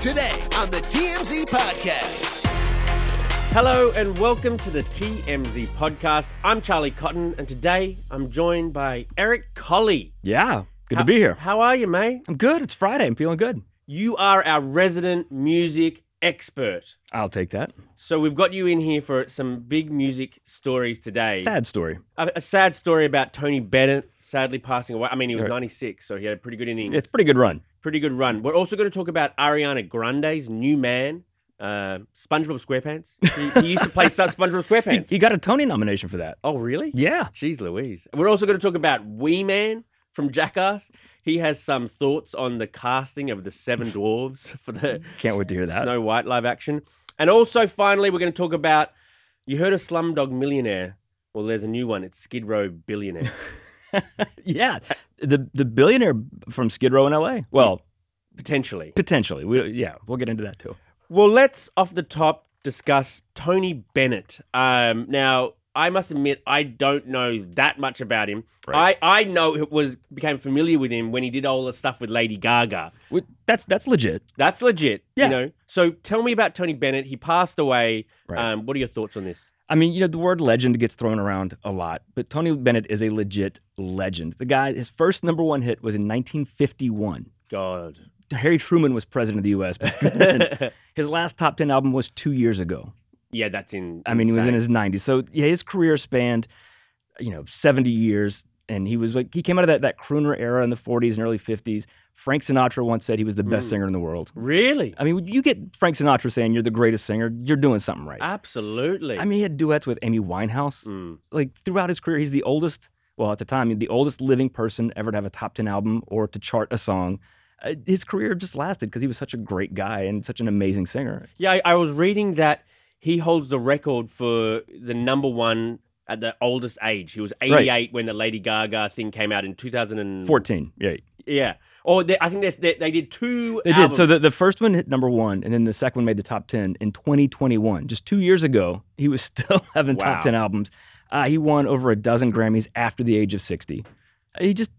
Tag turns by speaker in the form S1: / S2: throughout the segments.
S1: Today on the TMZ Podcast.
S2: Hello and welcome to the TMZ podcast. I'm Charlie Cotton, and today I'm joined by Eric Colley.
S3: Yeah, good
S2: How-
S3: to be here.
S2: How are you, mate?
S3: I'm good. It's Friday. I'm feeling good.
S2: You are our resident music expert.
S3: I'll take that.
S2: So we've got you in here for some big music stories today.
S3: Sad story.
S2: A, a sad story about Tony Bennett sadly passing away. I mean, he was
S3: Right.
S2: 96, so he had a pretty good innings,
S3: It's a pretty good run.
S2: pretty good run. We're also going to talk about Ariana Grande's new man, uh, SpongeBob SquarePants. He, he used to play SpongeBob
S3: He,
S2: SquarePants.
S3: he got a Tony nomination for that.
S2: oh, really?
S3: Yeah.
S2: Jeez Louise. We're also going to talk about Wee Man from Jackass. He has some thoughts on the casting of the Seven Dwarves for the
S3: Can't wait to hear that.
S2: Snow White live action. And also, finally, we're going to talk about you heard of Slumdog Millionaire. Well, there's a new one. It's Skid Row Billionaire.
S3: Yeah. The the billionaire from Skid Row in LA. Well,
S2: Potentially.
S3: potentially. We yeah, we'll get into that too.
S2: Well, let's off the top discuss Tony Bennett. Um, now, I must admit, I don't know that much about him.
S3: Right.
S2: I, I know it was became familiar with him when he did all the stuff with Lady Gaga.
S3: We- That's that's legit.
S2: That's legit.
S3: Yeah.
S2: You know. So tell me about Tony Bennett. He passed away.
S3: Right.
S2: Um, what are your thoughts on this?
S3: I mean, you know, the word legend gets thrown around a lot, but Tony Bennett is a legit legend. The guy, his first number one hit was in 1951.
S2: God.
S3: Harry Truman was president of the U.S. back then.
S2: yeah,
S3: his last top ten album was two years ago.
S2: that's in.
S3: I mean, he was in
S2: insane.
S3: his 90s. So yeah, his career spanned, you know, 70 years. And he was like, he came out of that, that crooner era in the 40s and early 50s. Frank Sinatra once said he was the best singer in the world.
S2: Really?
S3: I mean, when you get Frank Sinatra saying you're the greatest singer, you're doing something right.
S2: Absolutely.
S3: I mean, he had duets with Amy Winehouse.
S2: Mm.
S3: Like throughout his career, he's the oldest, well, at the time, the oldest living person ever to have a top 10 album or to chart a song. Uh, his career just lasted because he was such a great guy and such an amazing singer.
S2: Yeah, I, I was reading that he holds the record for the number one at the oldest age. He was 88 when the Lady Gaga thing came out in 2004.
S3: 14, yeah.
S2: Yeah. Or they, I think there's- they, they did two.
S3: They did.
S2: albums.
S3: So the, the first one hit number one, and then the second one made the top 10 in 2021. Just two years ago, he was still having
S2: Wow.
S3: top 10 albums. Uh, he won over a dozen Grammys after the age of 60. He just,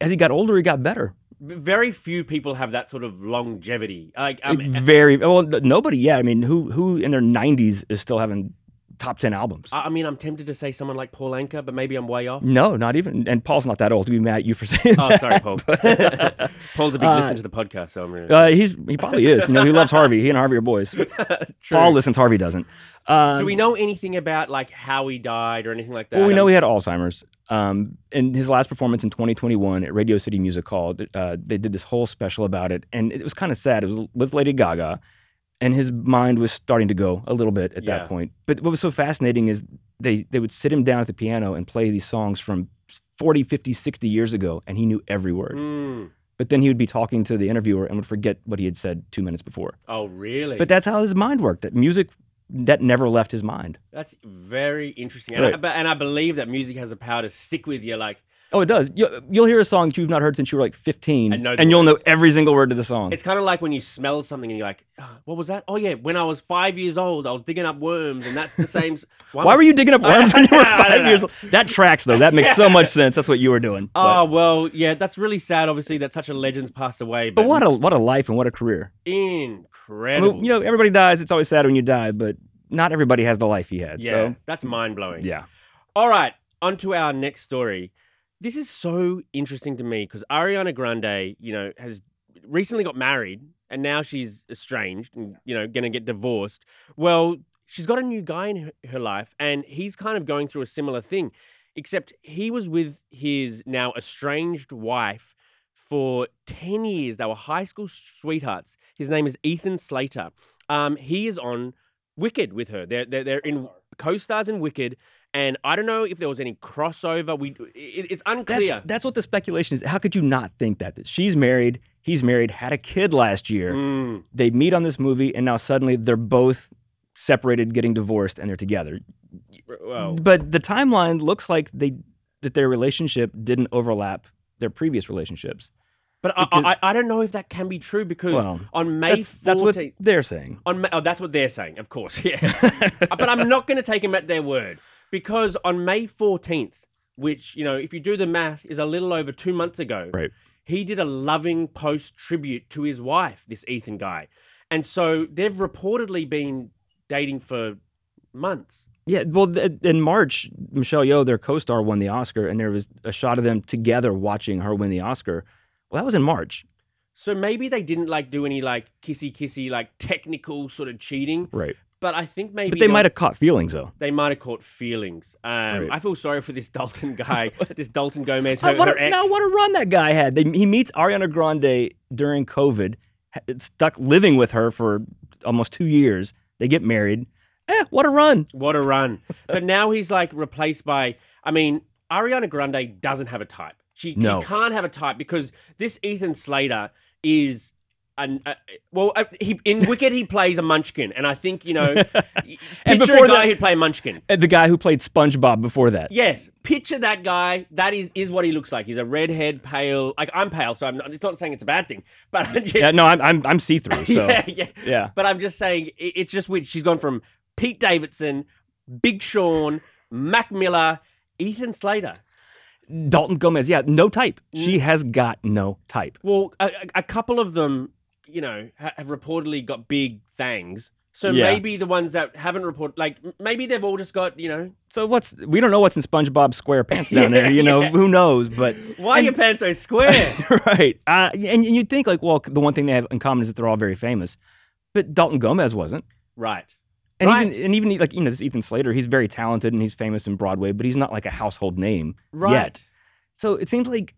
S3: as he got older, he got better.
S2: very few people have that sort of longevity. Like, um,
S3: Very, well, th- nobody, yeah. I mean, who, who in their 90s is still having top 10 albums?
S2: I I mean, I'm tempted to say someone like Paul Anka, but maybe I'm way off.
S3: no, not even. And Paul's not that old. We'd be mad at you for saying
S2: Oh,
S3: that.
S2: sorry, Paul. Paul's a big
S3: Uh,
S2: listener to the podcast, so I'm really.
S3: Uh, he's, he probably is. You know, he loves Harvey. He and Harvey are boys. Paul listens, Harvey doesn't. Um,
S2: Do we know anything about like how he died or anything like that?
S3: Well, we know
S2: Um,
S3: he had Alzheimer's. Um, and his last performance in 2021 at Radio City Music Hall, th- uh, they did this whole special about it, and it was kind of sad. It was with Lady Gaga, and his mind was starting to go a little bit at
S2: Yeah.
S3: that point. But what was so fascinating is they they would sit him down at the piano and play these songs from 40, 50, 60 years ago, and he knew every word.
S2: Mm.
S3: But then he would be talking to the interviewer and would forget what he had said two minutes before.
S2: Oh, really?
S3: But that's how his mind worked. That music that never left his mind.
S2: That's very interesting, and, I,
S3: Right.
S2: but, and I believe that music has the power to stick with you. Like
S3: Oh, it does. You, you'll hear a song that you've not heard since you were like 15,
S2: And
S3: and,
S2: know the
S3: you'll know
S2: words.
S3: every single word to the song.
S2: it's kind of like when you smell something and you're like, "Ah, "What was that? Oh yeah, when I was five years old, I was digging up worms, and that's the same." s-
S3: Why
S2: was-
S3: were you digging up worms when you were
S2: I don't
S3: five
S2: know.
S3: years old? That tracks, though. That makes so much sense. That's what you were doing.
S2: Oh
S3: but,
S2: well, yeah, that's really sad. Obviously, that such a legend's passed away. But,
S3: but what a what a life and what a career. I
S2: incredible!
S3: mean, you know, everybody dies. It's always sad when you die, but not everybody has the life he had.
S2: yeah,
S3: So
S2: that's mind blowing.
S3: yeah,
S2: All right, on to our next story. This is so interesting to me because Ariana Grande, you know, has recently got married and now she's estranged and, you know, going to get divorced. Well, she's got a new guy in her, her life and he's kind of going through a similar thing, except he was with his now estranged wife for 10 years. They were high school sweethearts. His name is Ethan Slater. Um, he is on Wicked with her. They're, they're, they're in co stars in Wicked And I don't know if there was any crossover. We it, it's
S3: That's,
S2: unclear.
S3: that's what the speculation is. How could you not think that? That she's married, he's married, had a kid last year.
S2: Mm.
S3: They meet on this movie, and now suddenly they're both separated, getting divorced, and they're together.
S2: Well,
S3: But the timeline looks like they that their relationship didn't overlap their previous relationships.
S2: but I,
S3: because-
S2: I I don't know if that can be true because
S3: Well,
S2: on May
S3: That's, that's what
S2: 14th
S3: they're saying.
S2: On Ma- oh, that's what they're saying, of course. Yeah, but I'm not going to take them at their word because on May 14th, which you know, if you do the math, is a little over two months ago.
S3: Right.
S2: He did a loving post tribute to his wife, this Ethan guy, and so they've reportedly been dating for months.
S3: Yeah, well, th- in March, Michelle Yeoh, their co-star, won the Oscar, and there was a shot of them together watching her win the Oscar. Well, that was in March,
S2: So maybe they didn't like do any like kissy kissy like technical sort of cheating,
S3: right?
S2: but I think maybe
S3: But they
S2: there-
S3: might have caught feelings though.
S2: They might have caught feelings. Um,
S3: Right.
S2: I feel sorry for this Dalton guy, this Dalton Gomez, her,
S3: I what
S2: her
S3: a,
S2: ex.
S3: no, what a run that guy had. They, he meets Ariana Grande during COVID, ha- stuck living with her for almost two years. They get married. Eh, what a run.
S2: What a run. But now he's like replaced by, I mean, Ariana Grande doesn't have a type. She,
S3: No.
S2: she can't have a type because this Ethan Slater is. An, uh, well, uh, he, in Wicked, he plays a munchkin, and I think you know. y-
S3: And
S2: picture
S3: before
S2: a guy
S3: that-
S2: who'd play a munchkin.
S3: And Uh, the guy who played SpongeBob before that.
S2: Yes, picture that guy. That is is what he looks like. He's a redhead, pale. Like I'm pale, so I'm not. It's not saying it's a bad thing, but I just,
S3: Yeah, no, I'm I'm, I'm see through. So
S2: yeah, yeah.
S3: yeah.
S2: But I'm just saying, it, it's just weird. She's gone from Pete Davidson, Big Sean, Mac Miller, Ethan Slater.
S3: Dalton Gomez. Yeah, no type. She
S2: Mm.
S3: has got no type.
S2: Well, a, a- a couple of them, you know, ha- have reportedly got big fangs. So
S3: Yeah.
S2: maybe the ones that haven't reported, like m- maybe they've all just got, you know,
S3: So what's we don't know what's in SpongeBob SquarePants down there. You know who knows, but
S2: why are your pants so square?
S3: right. Uh, and you'd think like, well, the one thing they have in common is that they're all very famous, but Dalton Gomez wasn't.
S2: right.
S3: And
S2: Right.
S3: even and even like you know this Ethan Slater, he's very talented and he's famous in Broadway, but he's not like a household name
S2: Right.
S3: yet. So it seems like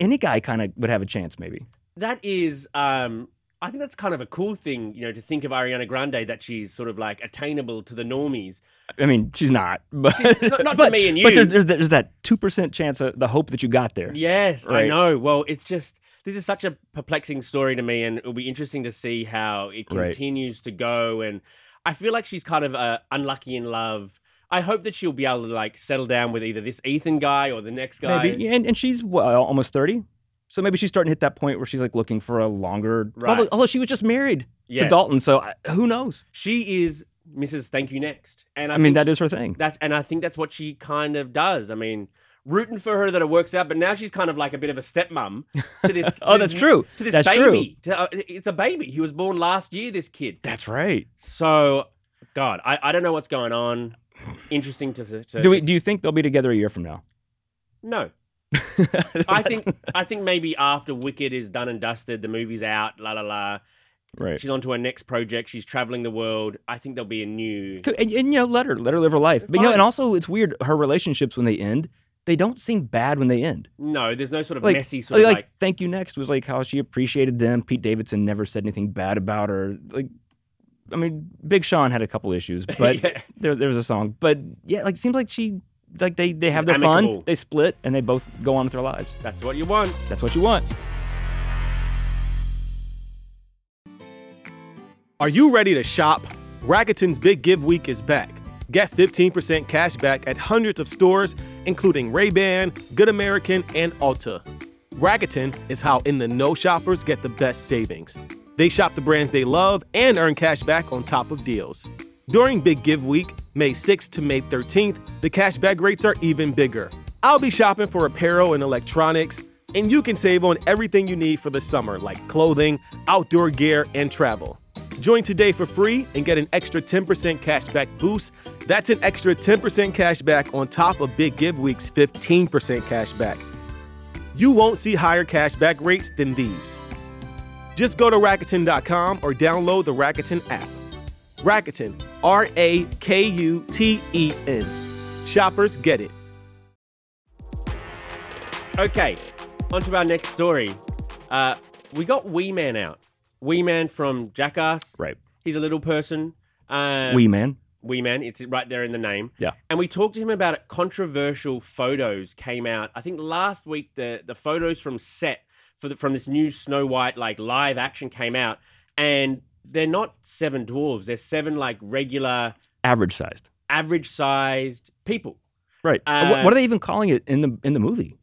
S3: any guy kind of would have a chance, maybe.
S2: That is, um, I think that's kind of a cool thing, you know, to think of Ariana Grande that she's sort of like attainable to the normies.
S3: I mean, she's not, but
S2: not- not to
S3: but,
S2: me and
S3: But
S2: you.
S3: there's, there's, that- there's that two percent chance, of the hope that you got there.
S2: Yes, I
S3: Right.
S2: know. Well, it's just this is such a perplexing story to me, and it'll be interesting to see how it
S3: Right.
S2: continues to go. And I feel like she's kind of uh, unlucky in love. I hope that she'll be able to like settle down with either this Ethan guy or the next guy.
S3: Maybe, and and she's well, almost thirty, so maybe she's starting to hit that point where she's like looking for a longer.
S2: Right.
S3: Although, although she was just married
S2: Yes.
S3: to Dalton, so I, who knows?
S2: She is Mrs. Thank You Next, and I,
S3: I, mean,
S2: think
S3: that is her thing.
S2: that's and I think that's what she kind of does. I mean, rooting for her that it works out, but now she's kind of like a bit of a stepmom to this.
S3: Oh,
S2: this-
S3: that's true.
S2: To this
S3: That's true.
S2: baby, To- uh, it's a baby. He was born last year. This kid.
S3: That's right.
S2: So, God, I, I don't know what's going on. Interesting to, to
S3: Do we? Do you think they'll be together a year from now?
S2: no. I think I think maybe after Wicked is done and dusted, the movie's out, la la la.
S3: right.
S2: She's on to her next project. She's traveling the world. I think there'll be a new.
S3: Co- And, and you know, let her let her live her life. But you know,
S2: Fine.
S3: and also it's weird. Her relationships when they end, they don't seem bad when they end.
S2: No, there's no sort of
S3: Like oh,
S2: messy sort of
S3: like,
S2: like.
S3: thank you next was like how she appreciated them. Pete Davidson never said anything bad about her. Like, I mean, Big Sean had a couple issues, but
S2: Yeah.
S3: there there was a song. But yeah, like it seems like she like they they have
S2: It's
S3: their fun,
S2: amicable.
S3: they split, and they both go on with their lives.
S2: That's what you want.
S3: That's what you want.
S4: Are you ready to shop? Rakuten's Big Give Week is back. Get 15% cash back at hundreds of stores, including Ray-Ban, Good American, and Ulta. Rakuten is how in the know shoppers get the best savings. They shop the brands they love and earn cash back on top of deals. During Big Give Week, May 6th to May 13th, the cashback rates are even bigger. I'll be shopping for apparel and electronics, and you can save on everything you need for the summer, like clothing, outdoor gear, and travel. Join today for free and get an extra 10% cashback boost. That's an extra 10% cashback on top of Big Give Week's 15% cashback. You won't see higher cashback rates than these. Just go to Rakuten.com or download the Rakuten app. Rakuten, R A K U T E N. Shoppers get it.
S2: Okay, on to our next story. Uh, we got Wee Man out. Wee Man from Jackass.
S3: Right.
S2: He's a little person. Um,
S3: Uh, Wee man.
S2: Wee Man. It's right there in the name.
S3: Yeah.
S2: And we talked to him about it. Controversial photos came out. I think last week the the photos from set for the, from this new Snow White like live action came out, and they're not seven dwarves. They're seven like regular,
S3: Average sized.
S2: average sized people.
S3: Right. what,
S2: Uh,
S3: what are they even calling it in the in the movie?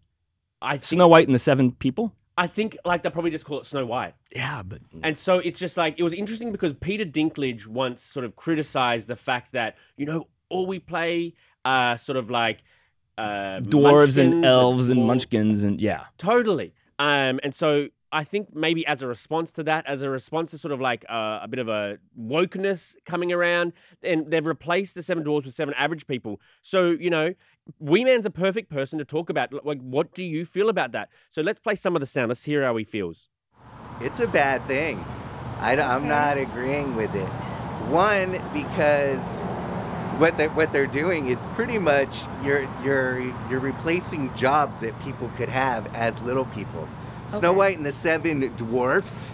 S2: I think
S3: Snow White and the Seven People.
S2: I think like they probably just call it Snow White.
S3: Yeah, but
S2: And so it's just like it was interesting because Peter Dinklage once sort of criticized the fact that you know all we play are sort of like uh, munchkins
S3: dwarves and elves and
S2: all-
S3: munchkins and yeah.
S2: Totally. Um, and so I think maybe as a response to that, as a response to sort of like uh, a bit of a wokeness coming around, and they've replaced the seven dwarves with seven average people. So you know, Wee Man's a perfect person to talk about. Like, what do you feel about that? So let's play some of the sound. Let's hear how he feels.
S5: It's a bad thing. I, am not agreeing with it. One because what they what they're doing is pretty much you're you're you're replacing jobs that people could have as little people. Snow
S6: Okay.
S5: White and the Seven Dwarfs.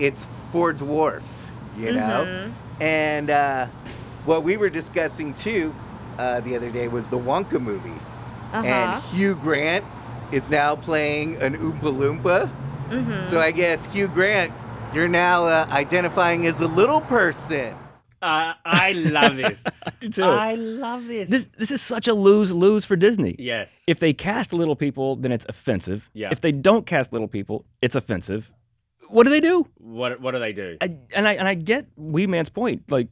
S5: It's for dwarfs, you know.
S6: Mm-hmm.
S5: And uh, what we were discussing too uh, the other day was the Wonka movie,
S6: Uh-huh.
S5: and Hugh Grant is now playing an Oompa Loompa. So I guess Hugh Grant, you're now uh, identifying as a little person.
S2: Uh, I love this. I love this.
S3: This this is such a lose lose for Disney.
S2: Yes.
S3: If they cast little people, then it's offensive.
S2: Yeah.
S3: If they don't cast little people, it's offensive. What do they do?
S2: What What do they do?
S3: I, and I and I get Wee Man's point, like,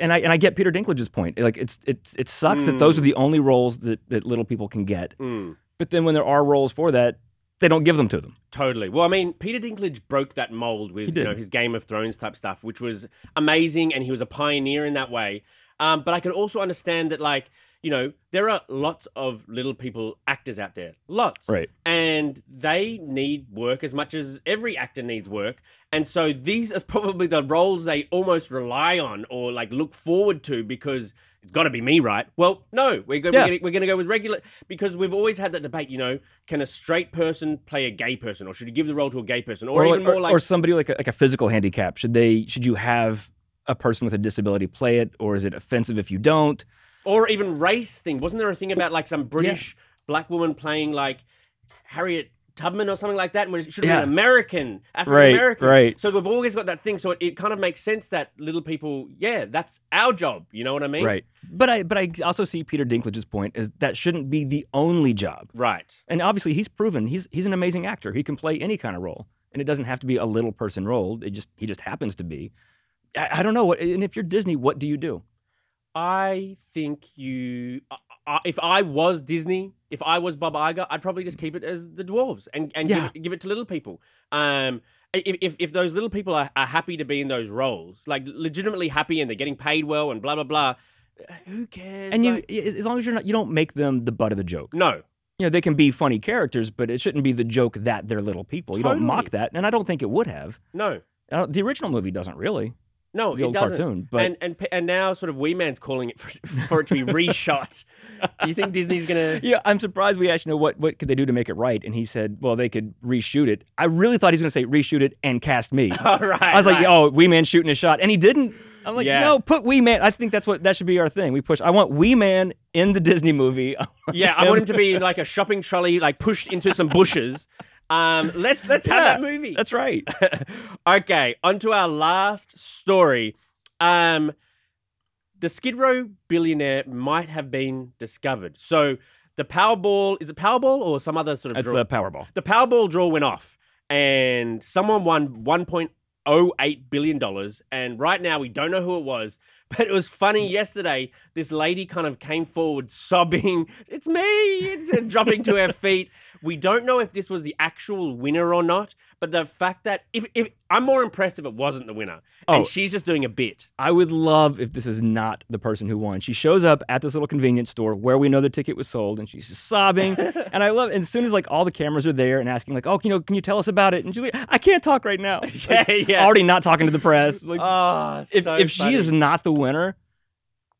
S3: and I and I get Peter Dinklage's point. Like, it's it's it sucks that those are
S2: Hmm.
S3: the only roles that, that little people can get.
S2: Mm,
S3: But then when there are roles for that, they don't give them to them.
S2: totally. Well, I mean, Peter Dinklage broke that mold with you know his Game of Thrones type stuff, which was amazing, and he was a pioneer in that way. Um, but I can also understand that, like, you know, there are lots of little people actors out there, lots,
S3: Right.
S2: And they need work as much as every actor needs work, and so these are probably the roles they almost rely on or like look forward to because it's got to be me, right? Well, no, we're going
S3: Yeah.
S2: to we're going to go with regular because we've always had that debate. You know, can a straight person play a gay person, or should you give the role to a gay person, or, even
S3: or,
S2: more like
S3: or somebody like a, like a physical handicap. Should they should you have a person with a disability play it, or is it offensive if you don't?
S2: or even race thing. Wasn't there a thing about like some British black woman playing like Harriet Tubman or something like that? And it should have
S3: Yeah.
S2: been American, African American.
S3: right.
S2: So we've always got that thing. So it, it kind of makes sense that little people, yeah, that's our job. You know what I mean?
S3: Right. But I but I also see Peter Dinklage's point is that shouldn't be the only job.
S2: Right.
S3: And obviously he's proven he's he's an amazing actor. He can play any kind of role. And it doesn't have to be a little person role. It just he just happens to be. I, I don't know what and if you're Disney, what do you do?
S2: I think you. I- I, if I was Disney, if I was Bob Iger, I'd probably just keep it as the dwarves and and
S3: Yeah.
S2: give, it, give it to little people. Um, i- if if, if those little people are, are happy to be in those roles, like legitimately happy, and they're getting paid well, and blah blah blah, who cares?
S3: and you
S2: Like,
S3: as as long as you're not you don't make them the butt of the joke.
S2: no,
S3: you know they can be funny characters, but it shouldn't be the joke that they're little people. You don't mock that, and I don't think it would have.
S2: no,
S3: I don't- the original movie doesn't really.
S2: no.
S3: The
S2: it
S3: old
S2: doesn't.
S3: cartoon, but-
S2: and and p- and now sort of Wee Man's calling it for, for it to be reshot. Do you think Disney's gonna?
S3: Yeah, I'm surprised we asked, you know, what what could they do to make it right? And he said, well, they could reshoot it. I really thought he was going to say reshoot it and cast me.
S2: All right.
S3: I was like, oh, Wee Man shooting a shot, and he didn't. I'm like,
S2: Yeah.
S3: no, put Wee Man. I think that's what that should be our thing. We push. I want Wee Man in the Disney movie. I want
S2: Yeah, I want him
S3: him-
S2: to be in like a shopping trolley, like pushed into some bushes. Um, let's let's have that
S3: Yeah,
S2: movie.
S3: That's right.
S2: okay, on to our last story. Um, the Skid Row billionaire might have been discovered. So the Powerball is it Powerball or some other sort of
S3: That's
S2: draw?
S3: the Powerball.
S2: the Powerball draw went off, and someone won one point oh eight billion dollars. And right now, we don't know who it was, but it was funny. Yesterday, this lady kind of came forward sobbing, "It's me!" It's, and dropping to her feet. We don't know if this was the actual winner or not, but the fact that if, if I'm more impressed if it wasn't the winner,
S3: Oh.
S2: and she's just doing a bit.
S3: I would love if this is not the person who won. She shows up at this little convenience store where we know the ticket was sold, and she's just sobbing. and I love, and as soon as like all the cameras are there and asking like, "Oh, you know, can you tell us about it?" And Julie, I can't talk right now.
S2: Yeah,
S3: Like,
S2: yeah.
S3: Oh, Already not talking to the press. Like,
S2: Oh,
S3: if if she is not the winner,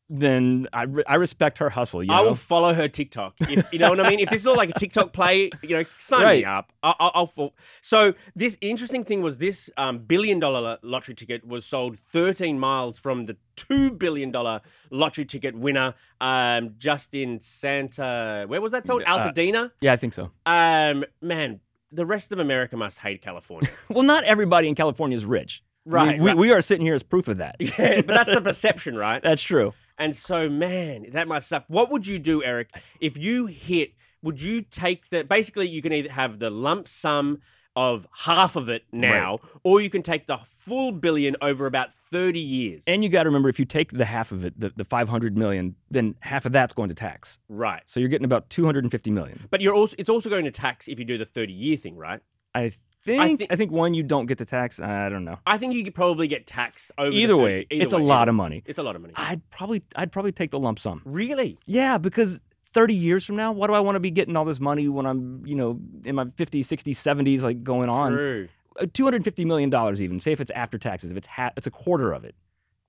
S3: then I, re- I respect her hustle. You
S2: I
S3: know?
S2: will follow her TikTok. If, you know what I mean? If this is all like a TikTok play, you know, sign me
S3: Right.
S2: up. I'll, I'll, I'll fo- So this interesting thing was this um, billion dollar lo- lottery ticket was sold 13 miles from the two billion dollar lottery ticket winner, um, just in Santa. Where was that sold?
S3: Uh,
S2: Altadena.
S3: yeah, I think so.
S2: Um, man, the rest of America must hate California.
S3: Well, not everybody in California is rich. I mean,
S2: Right,
S3: we,
S2: right.
S3: we are sitting here as proof of that.
S2: yeah, but that's the perception, right?
S3: That's true.
S2: And so, man, that must suck. What would you do, Eric, if you hit? Would you take the? Basically, you can either have the lump sum of half of it now, or you can take the full billion over about thirty years.
S3: And you got to remember if you take the half of it, the, the 500 million, then half of that's going to tax.
S2: right.
S3: So you're getting about 250 million.
S2: But you're also it's also going to tax if you do the thirty year thing, right?
S3: I think
S2: I
S3: I,
S2: thi-
S3: think one you don't get to tax. I don't know.
S2: I think you could probably get taxed over. the
S3: Either
S2: 30
S3: way,
S2: either
S3: it's
S2: way,
S3: a lot
S2: either-
S3: of money.
S2: It's a lot of money.
S3: I'd probably I'd probably take the lump sum.
S2: Really?
S3: Yeah, because 30 years from now, why do I want to be getting all this money when I'm, you know, in my 50s, 60s, 70s like going on?
S2: True.
S3: Uh, 250 million dollars even, say if it's after taxes, if it's ha- it's a quarter of it.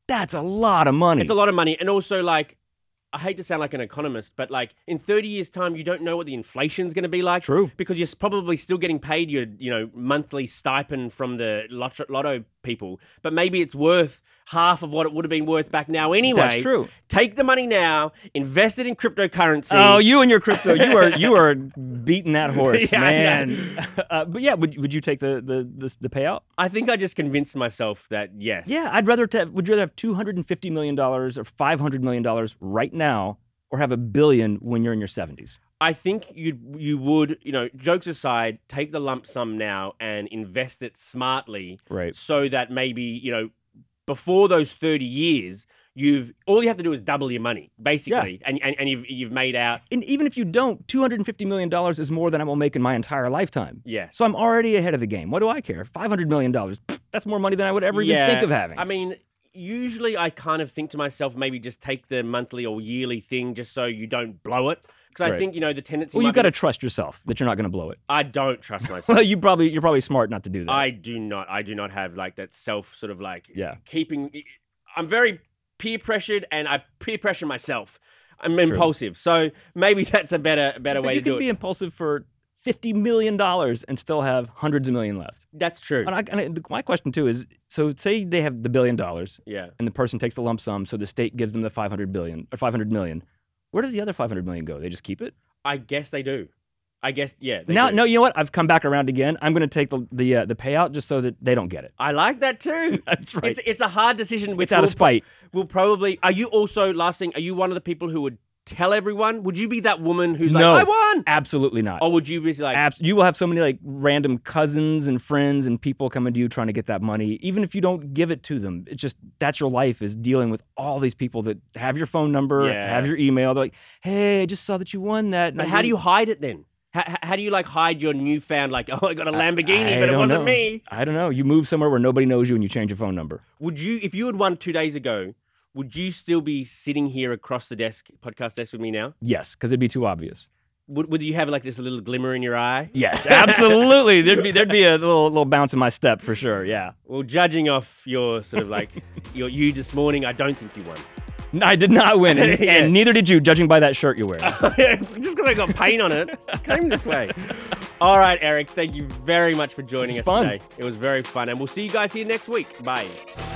S3: That's a lot of money.
S2: It's a lot of money, and also like. I hate to sound like an economist, but like in 30 years' time, you don't know what the inflation's going to be like.
S3: True.
S2: because you're s- probably still getting paid your you know monthly stipend from the lotto, lotto people, but maybe it's worth half of what it would have been worth back now anyway.
S3: That's true.
S2: Take the money now, invest it in cryptocurrency.
S3: Oh, you and your crypto, you are you are beating that horse,
S2: Yeah, I know.
S3: man. Uh, but yeah, would would you take the the the, the payout?
S2: I think I just convinced myself that yes.
S3: Yeah, I'd rather ta- would you rather have 250 million dollars or 500 million dollars right now or have a billion when you're in your 70s?
S2: I think you you would you know jokes aside, take the lump sum now and invest it smartly.
S3: Right.
S2: so that maybe you know before those 30 years you've all you have to do is double your money basically and, and and you've you've made out
S3: And even if you don't, 250 million dollars is more than I will make in my entire lifetime.
S2: yeah
S3: So I'm already ahead of the game. What do I care? 500 million dollars. That's more money than I would ever
S2: Yeah,
S3: even think of having.
S2: i mean usually i kind of think to myself maybe just take the monthly or yearly thing just so you don't blow it because i
S3: Right.
S2: think you know the tendency
S3: well,
S2: might
S3: you got
S2: be-
S3: to trust yourself that you're not going to blow it.
S2: i don't trust myself
S3: Well, you probably you're probably smart not to do that.
S2: i do not i do not have like that self sort of like
S3: yeah.
S2: keeping e, I'm very peer pressured and I peer pressure myself. I'm impulsive. So maybe that's a better better
S3: But
S2: way
S3: you
S2: to do
S3: can be
S2: it.
S3: impulsive for 50 million dollars and still have hundreds of million left.
S2: That's true.
S3: And, I, and I- my question too is so say they have the billion dollars
S2: Yeah.
S3: and the person takes the lump sum so the state gives them the 500 billion or 500 million. Where does the other 500 million go? They just keep it?
S2: I guess they do. I guess yeah. they
S3: now
S2: do.
S3: no, you know what? I've come back around again. I'm going to take the the uh, the payout just so that they don't get it.
S2: I like that too.
S3: That's right.
S2: It's it's a hard decision which
S3: it's out
S2: we'll
S3: of spite.
S2: pro- we'll probably are you also last thing, are you one of the people who would tell everyone? Would you be that woman who's
S3: No.
S2: like, I won?
S3: Absolutely not.
S2: Or would you be like
S3: Abs- you will have so many like random cousins and friends and people coming to you trying to get that money, even if you don't give it to them. It's just that's your life is dealing with all these people that have your phone number,
S2: Yeah.
S3: have your email. They're like, "Hey, I just saw that you won that." and
S2: But
S3: I
S2: how do you
S3: didn't-
S2: hide it then? How, how- how do you like hide your newfound like, oh I got a Lamborghini,
S3: I
S2: but it
S3: don't
S2: wasn't
S3: know.
S2: me?
S3: I don't know. You move somewhere where nobody knows you and you change your phone number.
S2: Would you, if you had won two days ago, would you still be sitting here across the desk, podcast desk with me now?
S3: Yes, because it'd be too obvious.
S2: Would, would you have like this little glimmer in your eye?
S3: Yes, absolutely. there'd be there'd be a little little bounce in my step for sure. Yeah,
S2: Well, judging off your sort of like your you this morning, I don't think you won.
S3: No, I did not win, and,
S2: Yeah.
S3: and neither did you, judging by that shirt you wear.
S2: Just because I got paint on it, came this way. All right, Eric, thank you very much for joining
S3: This
S2: us
S3: is fun.
S2: today. It was very fun, and we'll see you guys here next week. Bye.